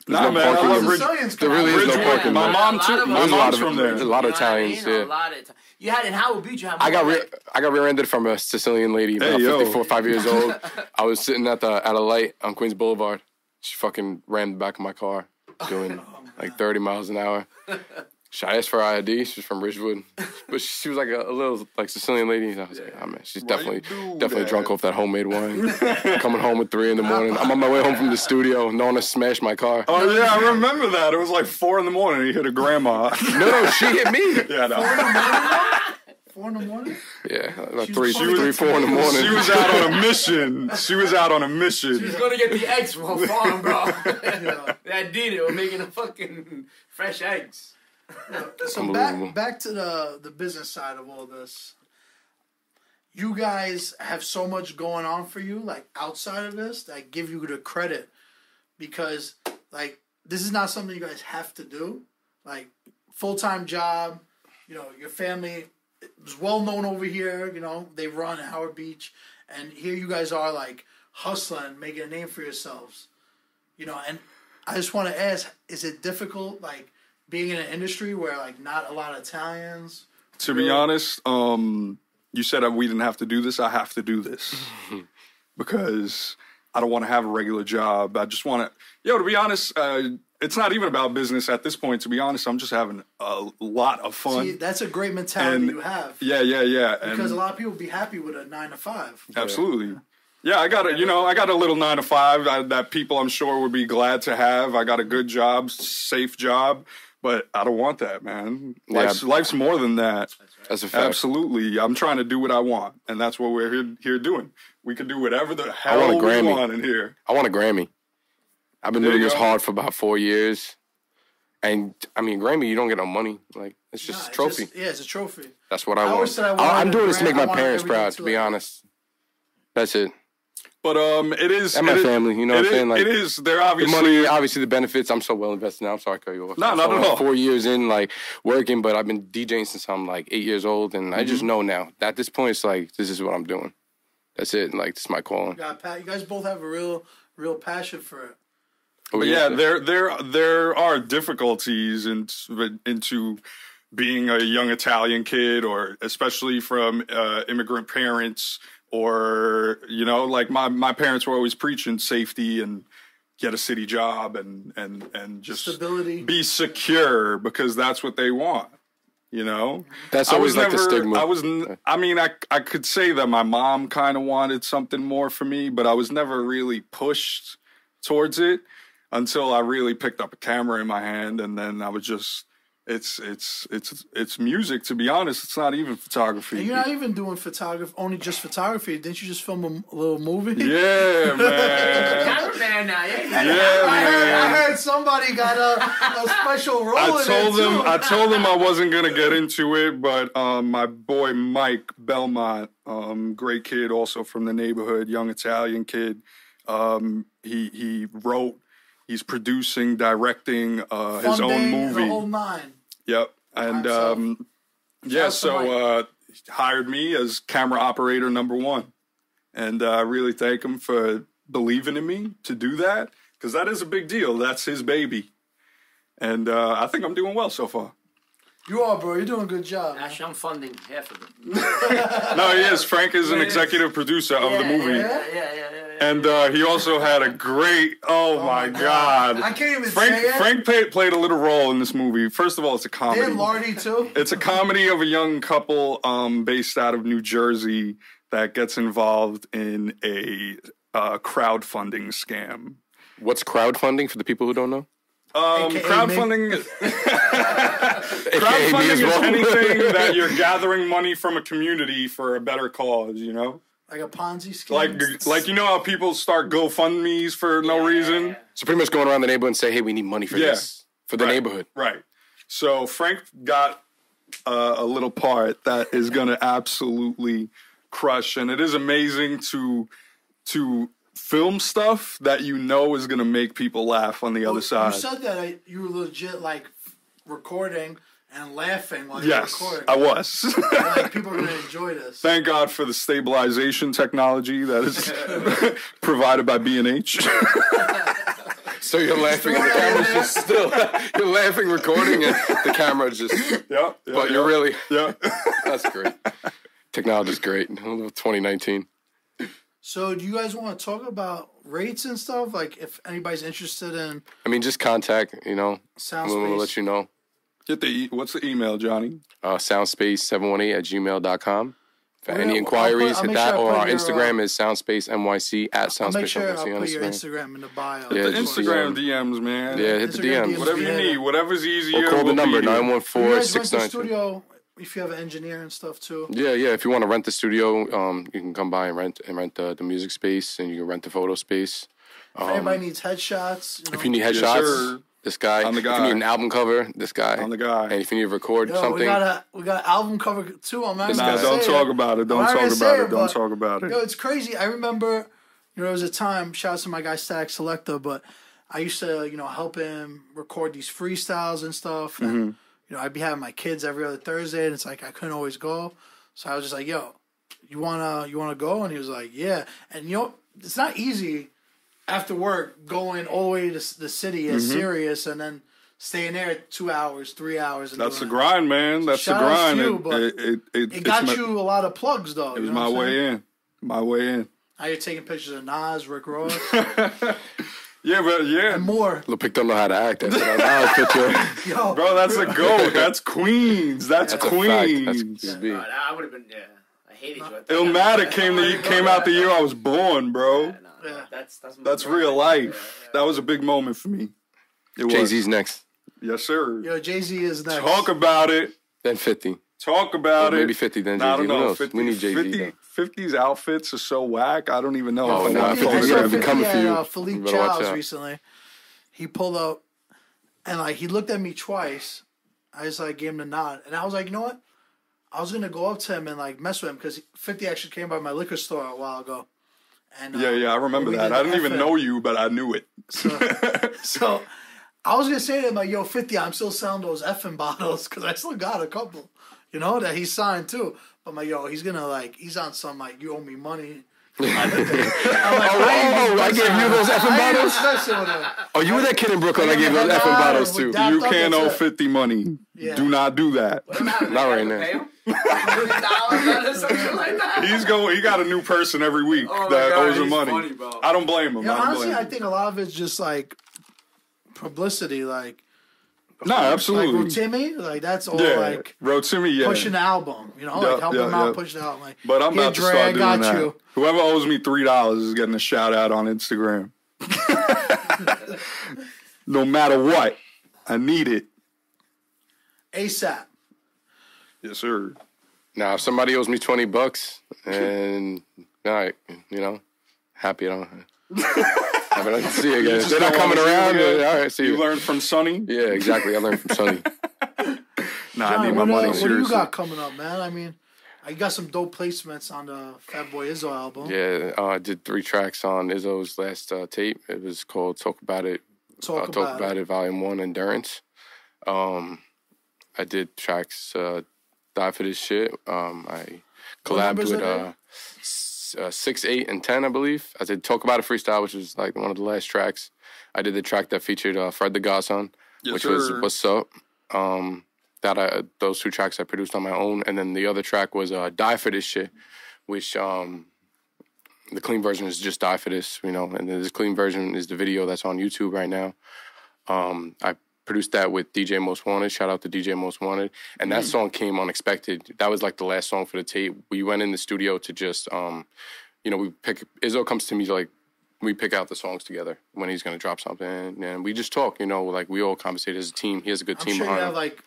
Speaker 4: nah,
Speaker 3: no
Speaker 4: man, I
Speaker 3: parking.
Speaker 4: love
Speaker 3: There's
Speaker 4: Ridgewood.
Speaker 2: Sicilians
Speaker 3: There
Speaker 2: come
Speaker 3: really
Speaker 2: out.
Speaker 3: is no
Speaker 4: Ridgewood.
Speaker 3: parking.
Speaker 4: My
Speaker 5: lot.
Speaker 4: mom
Speaker 5: There's
Speaker 4: too.
Speaker 5: a
Speaker 4: My
Speaker 5: lot of
Speaker 4: mom's
Speaker 5: us.
Speaker 4: from
Speaker 3: There's a
Speaker 4: there.
Speaker 3: lot of
Speaker 5: You know what I mean?
Speaker 3: Italians. Yeah.
Speaker 5: A lot of Italian. You had in Howard Beach. You had.
Speaker 3: I got
Speaker 5: more,
Speaker 3: re-
Speaker 5: like-
Speaker 3: I got rear-ended from a Sicilian lady about
Speaker 4: Hey, yo.
Speaker 3: 54, five years old. I was sitting at the at a light on Queens Boulevard. She fucking ran the back of my car, doing like 30 miles an hour. She, I asked for her ID. She's from Ridgewood, but she, she was like a, a little like Sicilian lady. And I was like, oh man, she's definitely
Speaker 4: do
Speaker 3: definitely
Speaker 4: that?
Speaker 3: drunk off that homemade
Speaker 4: [LAUGHS]
Speaker 3: wine. Coming home at three in the morning. I'm on my way home from the studio. No one has smashed my car.
Speaker 4: Oh yeah, I remember that. It was like four in the morning. He hit a
Speaker 5: [LAUGHS]
Speaker 4: grandma.
Speaker 3: No, no,
Speaker 4: [LAUGHS]
Speaker 3: she hit me.
Speaker 4: yeah, no.
Speaker 2: Four in the morning.
Speaker 3: Yeah, like three,
Speaker 2: she
Speaker 3: three,
Speaker 2: was-
Speaker 3: four in the morning.
Speaker 4: She was out on a mission. She was out on a
Speaker 5: He's
Speaker 4: mission.
Speaker 5: gonna get the eggs from
Speaker 3: [LAUGHS]
Speaker 5: her farm, bro. [LAUGHS] That did it. We're making a fucking fresh eggs.
Speaker 2: So
Speaker 3: Unbelievable.
Speaker 2: back back to the the business side of all this. You guys have so much going on for you, like outside of this, that I give you the credit because like this is not something you guys have to do. Like full time job, you know, your family is well known over here, you know, they run Howard Beach and here you guys are like hustling, making a name for yourselves. You know, and I just wanna ask, is it difficult like being in an industry where like not a lot of Italians
Speaker 4: To be honest, um, you said that we didn't have to do this. I have to do this because I don't want to have a regular job. I just want to, yo. To be honest, uh, it's not even about business at this point. To be honest, I'm just having a lot of fun.
Speaker 2: See, that's a great mentality
Speaker 4: And-
Speaker 2: you have.
Speaker 4: yeah, yeah, yeah. And-
Speaker 2: Because a lot of people be happy with a nine to five.
Speaker 4: Absolutely. Yeah, I got a you know I got a little nine to five I, that people I'm sure would be glad to have. I got a good job, safe job, but I don't want that, man. Life's life's more than that.
Speaker 3: That's a fact.
Speaker 4: Absolutely, I'm trying to do what I want, and that's what we're here, here doing. We can do whatever the hell
Speaker 3: want a
Speaker 4: we
Speaker 3: Grammy.
Speaker 4: want in here.
Speaker 3: I want a Grammy. I've been
Speaker 4: There
Speaker 3: doing
Speaker 4: you
Speaker 3: this
Speaker 4: go.
Speaker 3: hard for about four years. And I mean, Grammy, you don't get no money. Like, it's just
Speaker 2: Nah,
Speaker 3: a
Speaker 2: it's
Speaker 3: trophy.
Speaker 2: just- yeah, it's a trophy.
Speaker 3: That's what I,
Speaker 2: always
Speaker 3: want.
Speaker 2: said I
Speaker 3: I
Speaker 2: wanted
Speaker 3: am
Speaker 2: a
Speaker 3: doing this to
Speaker 2: Gram-
Speaker 3: make
Speaker 2: I
Speaker 3: my
Speaker 2: wanted
Speaker 3: parents
Speaker 2: everything
Speaker 3: proud,
Speaker 2: to
Speaker 3: to be
Speaker 2: like-
Speaker 3: honest. That's it.
Speaker 4: But um, it is
Speaker 3: And my
Speaker 4: it is-
Speaker 3: family, you know
Speaker 4: it
Speaker 3: what I'm
Speaker 4: is-
Speaker 3: saying? Like,
Speaker 4: it is. They're
Speaker 3: The
Speaker 4: obviously
Speaker 3: money, obviously, the benefits. I'm so well invested now. I'm sorry, I cut you off.
Speaker 4: No,
Speaker 3: I'm
Speaker 4: not
Speaker 3: so,
Speaker 4: at
Speaker 3: like,
Speaker 4: all.
Speaker 3: Four years in, like working, but I've been DJing since I'm like eight years old, and I just
Speaker 4: Mm-hmm.
Speaker 3: know now. At this point, it's like this is what I'm doing. That's it. Like this is my calling.
Speaker 2: Got Pat. You guys both have a real, real passion for it.
Speaker 3: Oh,
Speaker 4: But yeah, there there there are difficulties in, into being a young Italian kid, or especially from uh, immigrant parents, or you know, like my my parents were always preaching safety and get a city job and and and just
Speaker 2: Stability.
Speaker 4: be secure because that's what they want. You know,
Speaker 3: That's always like the stigma.
Speaker 4: I was. n- I mean, I I could say that my mom kind of wanted something more for me, but I was never really pushed towards it until I really picked up a camera in my hand, and then I was just. It's it's it's it's music. To be honest, it's not even photography.
Speaker 2: And you're not even doing photography, only just photography. Didn't you just film a m- little movie?
Speaker 4: yeah, man.
Speaker 5: [LAUGHS] Cameraman now, yeah.
Speaker 4: Yeah,
Speaker 2: [LAUGHS] I heard,
Speaker 4: man.
Speaker 2: I heard somebody got a,
Speaker 4: [LAUGHS]
Speaker 2: a special role
Speaker 4: I
Speaker 2: in
Speaker 4: told
Speaker 2: it
Speaker 4: them
Speaker 2: too.
Speaker 4: I told them I wasn't gonna get into it, but um, my boy Mike Belmont, um, great kid, also from the neighborhood, young Italian kid. Um, he he wrote, he's producing, directing uh, his own
Speaker 2: Funding,
Speaker 4: movie.
Speaker 2: The whole nine.
Speaker 4: Yep. And
Speaker 2: himself.
Speaker 4: um,
Speaker 2: out
Speaker 4: yeah,
Speaker 2: to
Speaker 4: so uh, he hired me as camera operator number one, and uh, I really thank him for believing in me to do that because that is a big deal. That's his baby, and uh, I think I'm doing well so far.
Speaker 2: You are, bro. You're doing a good job.
Speaker 5: Actually, I'm funding half of it.
Speaker 4: No, he is. Frank is an executive producer of the movie,
Speaker 5: Yeah, yeah, yeah, yeah. yeah.
Speaker 4: and uh, he also had a great. Oh, my god!
Speaker 2: I can't even
Speaker 4: Frank
Speaker 2: say it.
Speaker 4: Frank played, played a little role in this movie. First of all, it's a comedy.
Speaker 2: and Lardy too.
Speaker 4: it's a comedy of a young couple um, based out of New Jersey that gets involved in a uh, crowdfunding scam.
Speaker 3: What's crowdfunding for the people who don't know?
Speaker 4: Um,
Speaker 2: AKA
Speaker 4: crowdfunding,
Speaker 3: [LAUGHS] AKA me
Speaker 4: crowdfunding
Speaker 3: as
Speaker 4: is
Speaker 3: well. [LAUGHS]
Speaker 4: anything that you're gathering money from a community for a better cause. You know,
Speaker 2: Like a Ponzi scheme.
Speaker 4: like like you know how people start GoFundmes for no reason.
Speaker 3: So pretty much going around the neighborhood and say, "Hey, we need money for
Speaker 4: Yeah.
Speaker 3: this for the
Speaker 4: Right.
Speaker 3: neighborhood."
Speaker 4: Right. So Frank got uh, a little part that is going to absolutely crush, and it is amazing to to film stuff that you know is going to make people laugh on the other
Speaker 2: Oh, you
Speaker 4: side.
Speaker 2: said that I, you were legit like recording and laughing while
Speaker 4: Yes,
Speaker 2: you recorded.
Speaker 4: I was. [LAUGHS]
Speaker 2: like people are gonna enjoy this.
Speaker 4: Thank God for the stabilization technology that is [LAUGHS] provided by B and H. [LAUGHS]
Speaker 3: So you're laughing, and the camera's just still. [LAUGHS] You're laughing, recording, and the camera just.
Speaker 2: [LAUGHS]
Speaker 4: Yeah,
Speaker 3: But you're really.
Speaker 4: yeah.
Speaker 3: That's great. Technology's great. 2019.
Speaker 2: So, do you guys want to talk about rates and stuff? Like, if anybody's interested in
Speaker 3: I mean, just contact. You know,
Speaker 2: sound
Speaker 3: we'll, we'll
Speaker 2: space,
Speaker 3: let you know.
Speaker 4: Get the e- what's the email, Johnny?
Speaker 3: uh, soundspace718 at gmail.com. For
Speaker 2: Well, yeah,
Speaker 3: any
Speaker 2: I'll
Speaker 3: inquiries,
Speaker 2: put- I'll
Speaker 3: hit
Speaker 2: make
Speaker 3: that,
Speaker 2: sure I
Speaker 3: or
Speaker 2: put
Speaker 3: our
Speaker 2: your, uh,
Speaker 3: Instagram is soundspacenyc at
Speaker 2: I'll make sure I'll
Speaker 3: soundspacenyc on
Speaker 2: put your
Speaker 3: Instagram.
Speaker 2: Instagram in the bio.
Speaker 3: Yeah,
Speaker 4: The
Speaker 3: just DM.
Speaker 4: Instagram DMs, man.
Speaker 3: Yeah, hit the
Speaker 2: Instagram
Speaker 3: DMs.
Speaker 4: Whatever you
Speaker 2: Yeah.
Speaker 4: need, whatever's easier.
Speaker 3: Or call the
Speaker 4: we'll be
Speaker 3: number,
Speaker 4: here.
Speaker 2: you guys rent
Speaker 3: 914
Speaker 2: the studio if you have an engineer and stuff too.
Speaker 3: Yeah, yeah. If you want to rent the studio, um, you can come by and rent and rent the, the music space, and you can rent the photo space.
Speaker 2: If anybody needs headshots, you know,
Speaker 3: Um, If you need
Speaker 4: Yes,
Speaker 3: headshots,
Speaker 4: sir.
Speaker 3: this guy.
Speaker 4: I'm the
Speaker 3: If you
Speaker 4: guy.
Speaker 3: need an album cover, this guy.
Speaker 4: I'm the guy.
Speaker 3: And if you need to record
Speaker 2: yo, we
Speaker 3: something,
Speaker 2: got a we got an album cover too. I'm not
Speaker 4: Nah,
Speaker 2: gonna
Speaker 4: don't
Speaker 2: say
Speaker 4: talk
Speaker 2: it.
Speaker 4: about it. Don't
Speaker 2: not
Speaker 4: talk
Speaker 2: gonna
Speaker 4: about
Speaker 2: say
Speaker 4: it.
Speaker 2: it,
Speaker 4: Don't
Speaker 2: but-
Speaker 4: talk about it.
Speaker 2: Yo, it's crazy. I remember, you know, there was a time. Shout out to my guy Static Selector, but I used to, you know, help him record these freestyles and stuff. And
Speaker 4: Mm-hmm.
Speaker 2: you know, I'd be having my kids every other Thursday, and it's like I couldn't always go, so I was just like, "Yo, you wanna you wanna go?" And he was like, "Yeah." And you know, it's not easy after work going all the way to s- the city is
Speaker 4: Mm-hmm.
Speaker 2: serious, and then staying there two hours, three hours. And
Speaker 4: That's the
Speaker 2: doing it.
Speaker 4: grind, man. That's the
Speaker 2: Shout outs
Speaker 4: grind.
Speaker 2: to you,
Speaker 4: It-
Speaker 2: but
Speaker 4: it, it, it,
Speaker 2: It
Speaker 4: it's
Speaker 2: got
Speaker 4: my,
Speaker 2: you a lot of plugs, though.
Speaker 4: It was my way in. My way in.
Speaker 2: Now you're taking pictures of Nas, Rick
Speaker 4: [LAUGHS]
Speaker 2: Ross,
Speaker 4: Yeah, but yeah,
Speaker 2: and more.
Speaker 3: Lil Pick don't know how to act. That's
Speaker 4: [LAUGHS]
Speaker 3: what I was picture.
Speaker 2: Yo,
Speaker 4: bro,
Speaker 2: [LAUGHS]
Speaker 4: that's a goat. That's Queens. That's,
Speaker 3: That's a fact. That's
Speaker 4: Queens.
Speaker 3: Queens B.
Speaker 5: God, I would have been, yeah. I hated you. I thought-
Speaker 4: Illmatic came the, came out the year I was born, bro.
Speaker 5: No,
Speaker 2: Yeah.
Speaker 5: that's, that's,
Speaker 4: That's real life. That was a big moment for me. It was.
Speaker 3: Jay Z's next.
Speaker 4: Yes, sir.
Speaker 2: yo, Jay Z is next.
Speaker 4: Talk about it.
Speaker 3: Then 50.
Speaker 4: Talk about it.
Speaker 3: Maybe 50 then
Speaker 4: Nah, I
Speaker 3: Jay Z.
Speaker 4: don't
Speaker 3: Who
Speaker 4: know.
Speaker 3: knows?
Speaker 4: 50,
Speaker 3: we need Jay Z.
Speaker 4: 50 50's outfits are so whack. I don't even know.
Speaker 3: Oh,
Speaker 4: if
Speaker 3: no,
Speaker 4: I'm
Speaker 3: I think
Speaker 4: gonna
Speaker 2: I
Speaker 3: he's
Speaker 2: saw
Speaker 3: gonna
Speaker 4: photograph
Speaker 3: be
Speaker 4: it.
Speaker 2: Fifty
Speaker 3: coming for
Speaker 2: at
Speaker 3: you.
Speaker 2: uh, Philippe
Speaker 3: You better watch
Speaker 2: Childs
Speaker 3: out.
Speaker 2: recently. He pulled up, and like he looked at me twice. I just like gave him the nod, and I was like, you know what? I was gonna go up to him and like mess with him because Fifty actually came by my liquor store a while ago. And
Speaker 4: Yeah,
Speaker 2: uh,
Speaker 4: yeah, I remember
Speaker 2: we
Speaker 4: that.
Speaker 2: did
Speaker 4: I
Speaker 2: the
Speaker 4: didn't even
Speaker 2: FM.
Speaker 4: know you, but I knew it. [LAUGHS]
Speaker 2: [LAUGHS] So I was gonna say to him like, "Yo, fifty, I'm still selling those effing bottles because I still got a couple, you know, that he signed too." But my yo, he's gonna like, he's on some like, "You owe me money." I'm like,
Speaker 3: Oh, I gave you those effing
Speaker 2: I ain't
Speaker 3: bottles.
Speaker 2: discussing with him.
Speaker 3: Oh, you were that kid in Brooklyn I gave those
Speaker 2: Nah,
Speaker 3: effing bottles to.
Speaker 2: that-
Speaker 4: You
Speaker 2: thought
Speaker 4: can't
Speaker 2: that's
Speaker 4: owe
Speaker 2: it.
Speaker 4: 50 money.
Speaker 2: Yeah.
Speaker 4: Do not do that.
Speaker 3: Not right now.
Speaker 1: dollars or something like
Speaker 4: [LAUGHS]
Speaker 1: that.
Speaker 4: He's going. He got a new person every week
Speaker 1: Oh my
Speaker 4: that
Speaker 1: God,
Speaker 4: owes him
Speaker 1: he's
Speaker 4: money.
Speaker 1: funny, bro.
Speaker 4: I don't blame him.
Speaker 2: Yeah,
Speaker 4: I don't
Speaker 2: honestly,
Speaker 4: blame
Speaker 2: I
Speaker 4: him.
Speaker 2: think a lot of it's just like publicity, like
Speaker 4: No,
Speaker 2: like
Speaker 4: absolutely.
Speaker 2: Timmy, like that's all
Speaker 4: yeah,
Speaker 2: like
Speaker 4: Rotimi. Yeah,
Speaker 2: push an album, you know,
Speaker 4: Yeah,
Speaker 2: like help
Speaker 4: yeah,
Speaker 2: him out,
Speaker 4: yeah.
Speaker 2: push it out, like.
Speaker 4: but I'm
Speaker 2: "Here,
Speaker 4: about to
Speaker 2: Dre,
Speaker 4: start
Speaker 2: I
Speaker 4: doing
Speaker 2: got
Speaker 4: that.
Speaker 2: you.
Speaker 4: Whoever owes me three dollars is getting a shout out on
Speaker 2: [LAUGHS]
Speaker 4: Instagram. [LAUGHS] no matter what, I need it.
Speaker 2: ASAP.
Speaker 4: Yes, sir.
Speaker 3: Now, if somebody owes me 20
Speaker 4: [LAUGHS]
Speaker 3: bucks and, all right, you know, happy I don't.
Speaker 4: [LAUGHS]
Speaker 3: happy I don't see you again. If they're not
Speaker 4: don't wanna
Speaker 3: coming
Speaker 4: see you
Speaker 3: around,
Speaker 4: again.
Speaker 3: then all right, see
Speaker 4: You
Speaker 3: you.
Speaker 4: learned from Sonny.
Speaker 3: Yeah, exactly. I learned from
Speaker 4: [LAUGHS]
Speaker 3: Sonny.
Speaker 4: Nah,
Speaker 2: All
Speaker 4: I
Speaker 2: right,
Speaker 4: need my
Speaker 2: what, uh,
Speaker 4: money.
Speaker 2: what do
Speaker 4: seriously.
Speaker 2: you got coming up, man? I mean, I got some dope placements on the Fatboy Izzo album.
Speaker 3: Yeah, uh, I did three tracks on Izzo's last uh, tape. It was called Talk About It
Speaker 2: Talk,
Speaker 3: uh,
Speaker 2: about,
Speaker 3: talk about
Speaker 2: it.
Speaker 3: it. volume one endurance um i did tracks uh die for this shit um i collabed
Speaker 2: numbers
Speaker 3: with
Speaker 2: are they?
Speaker 3: uh, s- uh six eight and ten i believe i did talk about it freestyle which was like one of the last tracks i did the track that featured uh fred the godson
Speaker 4: Yes,
Speaker 3: which
Speaker 4: sir.
Speaker 3: was what's up um that i those two tracks i produced on my own and then the other track was uh die for this shit which um the clean version is just die for this you know and then this clean version is the video that's on youtube right now um, I produced that with DJ Most Wanted. Shout out to DJ Most Wanted. And
Speaker 2: Mm.
Speaker 3: that song came unexpected. That was like the last song for the tape. We went in the studio to just, um, you know, we pick. Izzo comes to me like, we pick out the songs together when he's gonna drop something, and we just talk. You know, like we all conversate as a team. He has a good
Speaker 2: I'm
Speaker 3: team
Speaker 2: sure you
Speaker 3: behind
Speaker 2: have
Speaker 3: him.
Speaker 2: like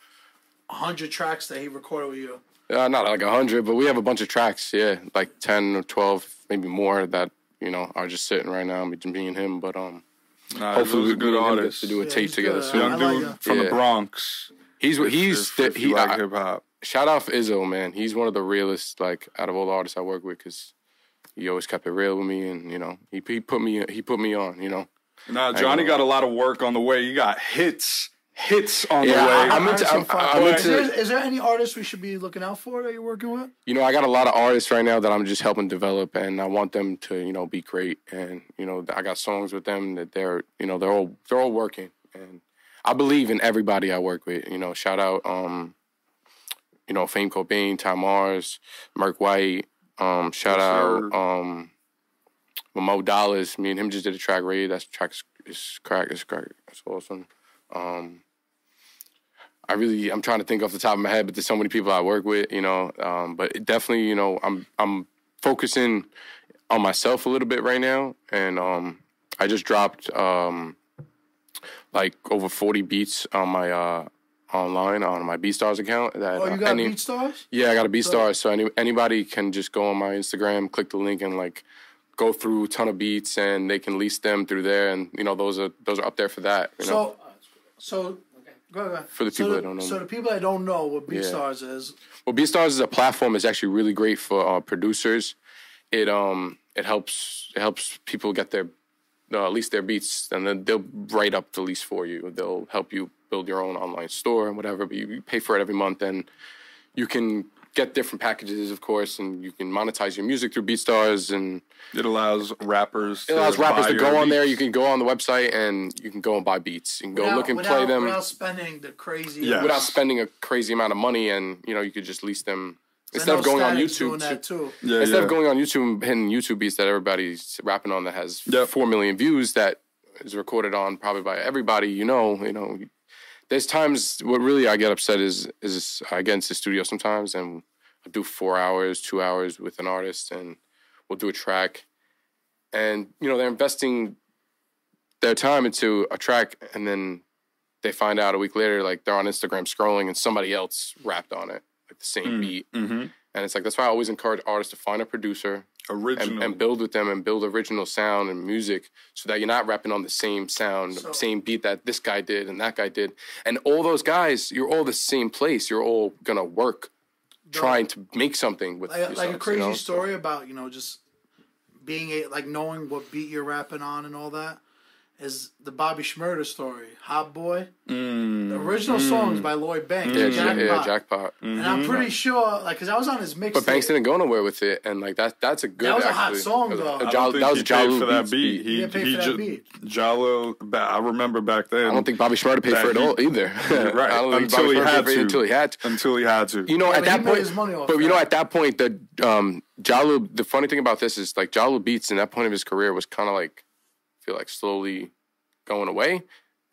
Speaker 2: hundred tracks that he recorded with you.
Speaker 3: Uh, not like a hundred, but we have a bunch of tracks. Yeah, like ten or twelve, maybe more. That you know are just sitting right now between me and him. But um,
Speaker 4: Nah,
Speaker 3: hopefully
Speaker 4: he's
Speaker 3: we
Speaker 4: a good
Speaker 3: me and him
Speaker 4: artist.
Speaker 3: get to do a
Speaker 2: Yeah,
Speaker 3: tape
Speaker 2: he's good.
Speaker 3: together
Speaker 2: I-
Speaker 3: soon.
Speaker 4: Young
Speaker 2: like
Speaker 4: dude
Speaker 2: him.
Speaker 4: from the
Speaker 3: Yeah.
Speaker 4: Bronx.
Speaker 3: He's he's
Speaker 4: If, if
Speaker 3: he
Speaker 4: you
Speaker 3: I-
Speaker 4: like hip hop.
Speaker 3: shout out for Izzo, man. He's one of the realest, like out of all the artists I work with, because he always kept it real with me, and you know, he he put me he put me on, you know.
Speaker 4: Nah, Johnny got a lot of work on the way. He got hits, hits on
Speaker 3: Yeah,
Speaker 4: the way.
Speaker 3: I- I'm into-
Speaker 2: Alright, so
Speaker 3: I'm-
Speaker 2: fine.
Speaker 3: I'm
Speaker 2: Is
Speaker 3: into-
Speaker 2: there- is there any artist we should be looking out for that you're working with?
Speaker 3: You know, I got a lot of artists right now that I'm just helping develop, and I want them to you know be great, and you know, I got songs with them that they're you know they're all they're all working, and I believe in everybody I work with. You know, shout out um, you know, Fame Cobain, Ty Mars, Merk White, um, shout
Speaker 4: Yes,
Speaker 3: out um with Mo Dollars. Me and him just did a track raid. That's track is- is crack is crack. That's awesome. Um I really I'm trying to think off the top of my head, but there's so many people I work with, you know. Um, but it definitely, you know, I'm I'm focusing on myself a little bit right now. And um I just dropped um like over forty beats on my uh online on my BeatStars account that
Speaker 2: Oh, you
Speaker 3: uh,
Speaker 2: got
Speaker 3: any-
Speaker 2: Beat Stars?
Speaker 3: yeah, I got a B star, so any, anybody can just go on my Instagram, click the link, and like go through a ton of beats, and they can lease them through there, and you know those are those are up there for that. You know,
Speaker 2: So, so go ahead. go ahead.
Speaker 3: For the
Speaker 2: So
Speaker 3: people that don't know.
Speaker 2: So the people that don't know what Beat
Speaker 3: Yeah.
Speaker 2: Stars is,
Speaker 3: well, B stars as a platform is actually really great for uh, producers. It um it helps it helps people get their uh, lease their beats, and then they'll write up the lease for you. They'll help you build your own online store and whatever. But you, you pay for it every month, and you can get different packages, of course, and you can monetize your music through BeatStars and
Speaker 4: It allows rappers.
Speaker 3: It allows rappers
Speaker 4: buy
Speaker 3: to
Speaker 4: your
Speaker 3: go on there.
Speaker 4: beats.
Speaker 3: You can go on the website and you can go and buy beats. You can go
Speaker 2: without-
Speaker 3: look and
Speaker 2: without-
Speaker 3: play them
Speaker 2: without
Speaker 3: without,
Speaker 2: spending the crazy.
Speaker 4: Yeah.
Speaker 3: spending a crazy amount of money, and you know you could just lease them
Speaker 2: I
Speaker 3: instead
Speaker 2: know
Speaker 3: of going on
Speaker 2: Static's
Speaker 3: YouTube.
Speaker 2: Doing that
Speaker 3: to-
Speaker 2: too.
Speaker 4: Yeah,
Speaker 3: Instead
Speaker 4: yeah.
Speaker 3: of going on YouTube and hitting YouTube beats that everybody's rapping on that has
Speaker 4: Yep.
Speaker 3: four million views that is recorded on probably by everybody you know. You know, there's times what really I get upset is is I get into the studio sometimes and I do four hours, two hours with an artist, and we'll do a track, and you know they're investing their time into a track, and then they find out a week later like they're on Instagram scrolling and somebody else rapped on it like the same beat,
Speaker 4: mhm.
Speaker 3: and it's like that's why I always encourage artists to find a producer
Speaker 4: original.
Speaker 3: and, and build with them and build original sound and music so that you're not rapping on the same sound,
Speaker 2: So-
Speaker 3: same beat that this guy did and that guy did. And all those guys, you're all the same place. You're all gonna work trying to make something with
Speaker 2: like, like a
Speaker 3: yourselves,
Speaker 2: crazy
Speaker 3: you know?
Speaker 2: story about you know just being a like knowing what beat you're rapping on and all that is the Bobby Schmurder story, Hot Boy. the original songs by Lloyd Banks,
Speaker 3: Mm. Yeah, yeah,
Speaker 2: Jackpot. Mm.
Speaker 3: yeah, jackpot.
Speaker 2: And I'm pretty sure, like, cause I was on his mix.
Speaker 3: But Banks didn't go nowhere with it, and like that that's a good.
Speaker 2: That was a
Speaker 3: actually,
Speaker 2: hot song,
Speaker 3: that was
Speaker 2: though. I
Speaker 3: a
Speaker 4: I
Speaker 3: Ja-
Speaker 4: don't think
Speaker 3: that was
Speaker 4: he
Speaker 3: Ja
Speaker 4: paid
Speaker 3: Rule
Speaker 4: for that
Speaker 3: Beats
Speaker 2: He
Speaker 4: beat. He,
Speaker 2: didn't pay
Speaker 4: he
Speaker 2: for that
Speaker 4: ju-
Speaker 2: beat.
Speaker 4: Ja Rule- ba- I remember back then.
Speaker 3: I don't think Bobby Schmurder paid
Speaker 4: That
Speaker 3: for it
Speaker 4: he-
Speaker 2: [LAUGHS]
Speaker 3: all either.
Speaker 4: right
Speaker 3: [LAUGHS] I don't think
Speaker 4: until
Speaker 3: Bobby
Speaker 4: he
Speaker 3: Schmurder paid
Speaker 4: had
Speaker 3: for
Speaker 4: to.
Speaker 3: it until he had to.
Speaker 4: Until he had to.
Speaker 3: You know,
Speaker 2: but
Speaker 3: at
Speaker 2: he
Speaker 3: that
Speaker 2: made
Speaker 3: point,
Speaker 2: his money off
Speaker 3: but you
Speaker 2: that.
Speaker 3: know, at that point, the um, Jalu. The funny thing about this is like Jalu Beats, in that point of his career, was kind of like, I feel like slowly going away.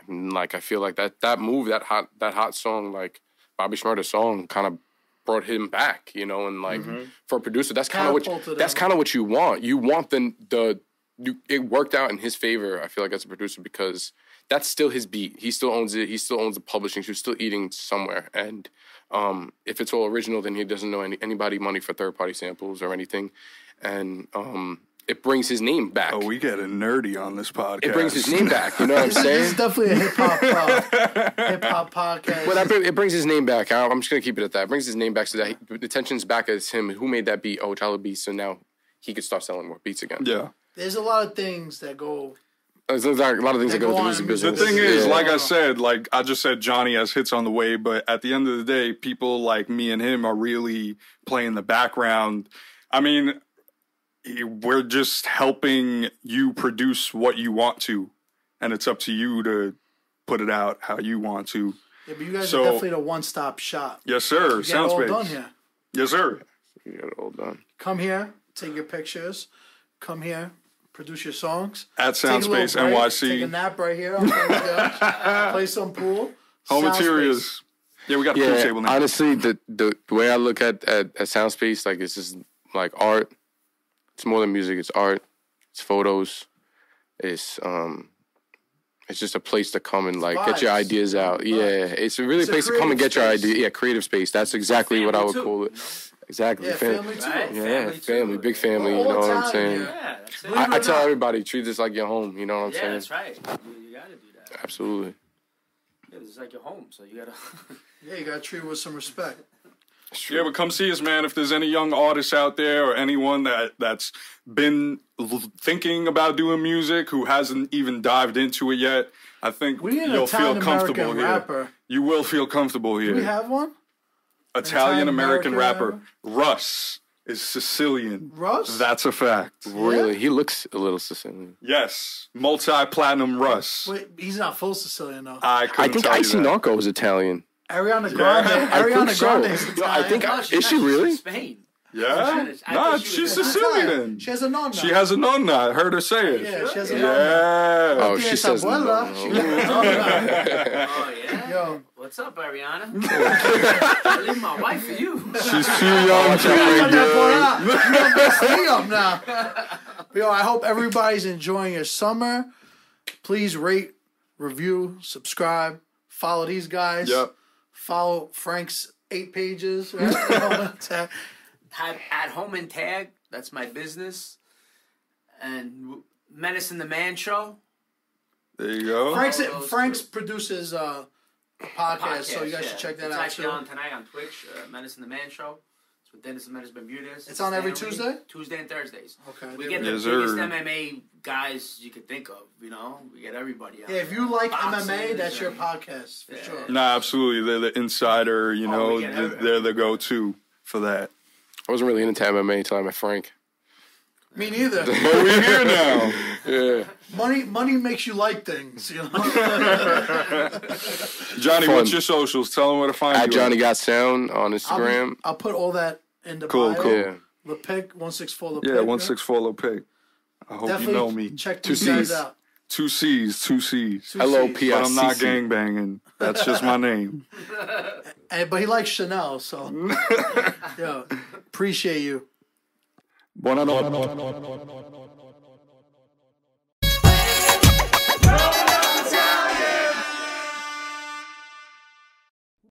Speaker 3: And like I feel like that that move, that hot that hot song, like Bobby Schmurder's song, kind of brought him back. You know, and like for a producer, that's kind of what
Speaker 2: Mm-hmm. Catapulted
Speaker 3: that's
Speaker 2: him.
Speaker 3: kind of what you want. You want the the you, it worked out in his favor. I feel like as a producer because that's still his beat. He still owns it. He still owns the publishing. He's still eating somewhere. And um, if it's all original, then he doesn't owe any, anybody money for third party samples or anything. And um, it brings his name back.
Speaker 4: oh, we getting nerdy on this podcast.
Speaker 3: it brings his name back. You know what I'm
Speaker 2: This
Speaker 3: saying?
Speaker 2: is definitely a hip
Speaker 3: [LAUGHS]
Speaker 2: hop uh, hip hop podcast.
Speaker 3: But that, bring- it brings his name back. I- I'm just gonna keep it at that. It brings his name back so that he, the tension's back as him. Who made that beat? Oh, Tyler Beats. So now he could start selling more beats again.
Speaker 4: [LAUGHS] Yeah.
Speaker 2: There's a lot of things that go.
Speaker 3: There's, there's a lot of things that
Speaker 2: They
Speaker 3: go
Speaker 2: go
Speaker 3: with the
Speaker 2: on
Speaker 3: music
Speaker 2: and move
Speaker 4: The
Speaker 3: business.
Speaker 4: thing is,
Speaker 3: Yeah.
Speaker 4: like I said, like I just said, Johnny has hits on the way, but at the end of the day, people like me and him are really playing the background. I mean, eh, we're just helping you produce what you want to, and it's up to you to put it out how you want to.
Speaker 2: Yeah, but you guys
Speaker 4: So-
Speaker 2: are definitely the one stop shop.
Speaker 4: Yes, sir.
Speaker 2: You get it
Speaker 4: Sounds
Speaker 2: all
Speaker 4: big.
Speaker 2: done here.
Speaker 4: Yes, sir.
Speaker 3: You got it all done.
Speaker 2: Come here, take your pictures. Come here, produce your songs.
Speaker 4: At
Speaker 2: Take a little
Speaker 4: Soundspace
Speaker 2: break, Take a
Speaker 4: NYC,
Speaker 2: nap right here. on the couch, play some pool.
Speaker 4: home
Speaker 2: Soundspace.
Speaker 4: materials. Yeah, we got a pool table now.
Speaker 3: honestly, the, the the way I look at at, at Soundspace, like it's just like art. It's more than music. It's art. It's photos. It's um. It's just a place to come and like get your
Speaker 2: vibes.
Speaker 3: ideas out. Yeah, it's really a
Speaker 2: a
Speaker 3: place to come and get
Speaker 2: creative
Speaker 3: your
Speaker 2: space.
Speaker 3: idea. Yeah, creative space. That's exactly what I
Speaker 5: family
Speaker 3: would
Speaker 5: too,
Speaker 3: call it.
Speaker 5: you know?
Speaker 3: Exactly.
Speaker 2: Yeah,
Speaker 3: fam-
Speaker 2: family too.
Speaker 5: Right?
Speaker 3: Yeah,
Speaker 5: too.
Speaker 3: family, big family.
Speaker 2: We're
Speaker 3: You
Speaker 2: all
Speaker 3: know what I'm
Speaker 2: Italian
Speaker 3: saying?
Speaker 2: here.
Speaker 5: Yeah, that's it.
Speaker 3: I, I
Speaker 5: [LAUGHS]
Speaker 3: tell everybody treat this like your home. You know what I'm
Speaker 5: yeah,
Speaker 3: saying?
Speaker 5: that's right. You, you gotta do that.
Speaker 3: Absolutely.
Speaker 5: Yeah, It's like your home, so you gotta.
Speaker 2: Yeah, you got to treat it with some respect.
Speaker 4: Yeah, but come see us, man. If there's any young artists out there or anyone that that's been l- thinking about doing music who hasn't even dived into it yet, I think
Speaker 2: We need an
Speaker 4: you'll feel
Speaker 2: Italian
Speaker 4: comfortable
Speaker 2: American
Speaker 4: here.
Speaker 2: rapper.
Speaker 4: You will feel comfortable here.
Speaker 2: Do we have one?
Speaker 4: Italian American rapper
Speaker 2: Italian-American
Speaker 4: Russ is Sicilian.
Speaker 2: Russ?
Speaker 4: That's a fact.
Speaker 3: Really, he looks a little Sicilian.
Speaker 4: Yes, multi-platinum Russ.
Speaker 2: Wait, he's not full Sicilian though.
Speaker 4: I
Speaker 3: I
Speaker 4: couldn't
Speaker 3: think
Speaker 4: tell you
Speaker 3: Icy
Speaker 4: that.
Speaker 3: Narco is Italian.
Speaker 2: Ariana Grande.
Speaker 4: I
Speaker 3: think
Speaker 2: Ariana
Speaker 3: so.
Speaker 2: Grande. is
Speaker 3: Yo, I
Speaker 5: [LAUGHS]
Speaker 2: Italian.
Speaker 3: [LAUGHS] think I-
Speaker 5: No,
Speaker 3: Is
Speaker 5: she's not,
Speaker 3: she
Speaker 5: she's
Speaker 3: really?
Speaker 5: from Spain.
Speaker 4: Yeah,
Speaker 5: I thought
Speaker 4: nah,
Speaker 5: she was
Speaker 4: she's
Speaker 5: Italian.
Speaker 4: Sicilian.
Speaker 2: She has a nonna.
Speaker 4: She has a nonna. I heard her say it.
Speaker 2: Yeah, she has a nonna.
Speaker 4: Yeah.
Speaker 3: Oh,
Speaker 2: Yeah,
Speaker 3: she
Speaker 2: it's
Speaker 3: says
Speaker 2: abuela.
Speaker 3: no.
Speaker 2: She got a nonna.
Speaker 5: Oh yeah.
Speaker 2: Yo,
Speaker 5: What's
Speaker 4: [LAUGHS]
Speaker 5: up, Ariana? I leave my wife for you.
Speaker 4: She's too young to
Speaker 3: Oh,
Speaker 2: Cut
Speaker 4: be
Speaker 2: that
Speaker 4: good. [LAUGHS]
Speaker 2: part out. You don't mess me up now. Yo, I hope everybody's enjoying your summer. Please rate, review, subscribe, follow these guys.
Speaker 4: Yep.
Speaker 2: Follow Frank's eight pages. [LAUGHS] right?
Speaker 5: Have at home and tag. That's my business. And Menace in the Man show.
Speaker 4: There you go.
Speaker 2: Frank's
Speaker 5: All those
Speaker 2: Frank's produces uh, a podcast, so you guys
Speaker 5: yeah.
Speaker 2: should check that
Speaker 5: it's
Speaker 2: out
Speaker 5: actually
Speaker 2: too.
Speaker 5: on tonight on Twitch. Uh, Menace in the Man show. It's with Dennis and Menace Bermudez.
Speaker 2: It's on every Tuesday?
Speaker 5: Tuesday and Thursdays.
Speaker 2: Okay,
Speaker 5: We
Speaker 2: there
Speaker 5: get
Speaker 2: we
Speaker 5: the
Speaker 4: go. Yes,
Speaker 5: biggest
Speaker 4: sir.
Speaker 5: MMA guys you could think of. You know, we get everybody. Out
Speaker 2: Yeah, if you like MMA,
Speaker 5: Boxes
Speaker 2: that's your
Speaker 5: and-
Speaker 2: podcast for sure.
Speaker 4: Nah, absolutely. They're the insider,
Speaker 2: Oh,
Speaker 4: you know,
Speaker 5: we get
Speaker 4: th-
Speaker 5: it.
Speaker 4: they're the go to for that.
Speaker 3: I wasn't really into MMA until I met Frank.
Speaker 2: Me
Speaker 4: [LAUGHS]
Speaker 2: neither.
Speaker 4: But we're
Speaker 3: Oh,
Speaker 4: here now. [LAUGHS]
Speaker 3: [LAUGHS] Yeah.
Speaker 2: money, money makes you like things. You know?
Speaker 4: [LAUGHS] Johnny,
Speaker 3: Fun.
Speaker 4: what's your socials? Tell them where to find
Speaker 3: At
Speaker 4: you.
Speaker 3: Johnny Got Sound on Instagram.
Speaker 2: I'll put all that in the
Speaker 4: Cool,
Speaker 2: bio.
Speaker 4: cool.
Speaker 3: Yeah.
Speaker 2: LePic one six four LePic.
Speaker 4: Yeah, 164 pick. I hope
Speaker 2: Definitely
Speaker 4: you know me.
Speaker 2: check
Speaker 3: Two
Speaker 2: these guys
Speaker 3: Cs.
Speaker 2: out.
Speaker 4: Two C's, two C's.
Speaker 2: Two
Speaker 3: Hello,
Speaker 2: Cs.
Speaker 3: P-
Speaker 4: But I'm not
Speaker 3: PICC.
Speaker 4: gangbanging. That's
Speaker 2: [LAUGHS]
Speaker 4: just my name.
Speaker 2: And, but he likes Chanel, so yeah, appreciate you.
Speaker 4: Buonanotte.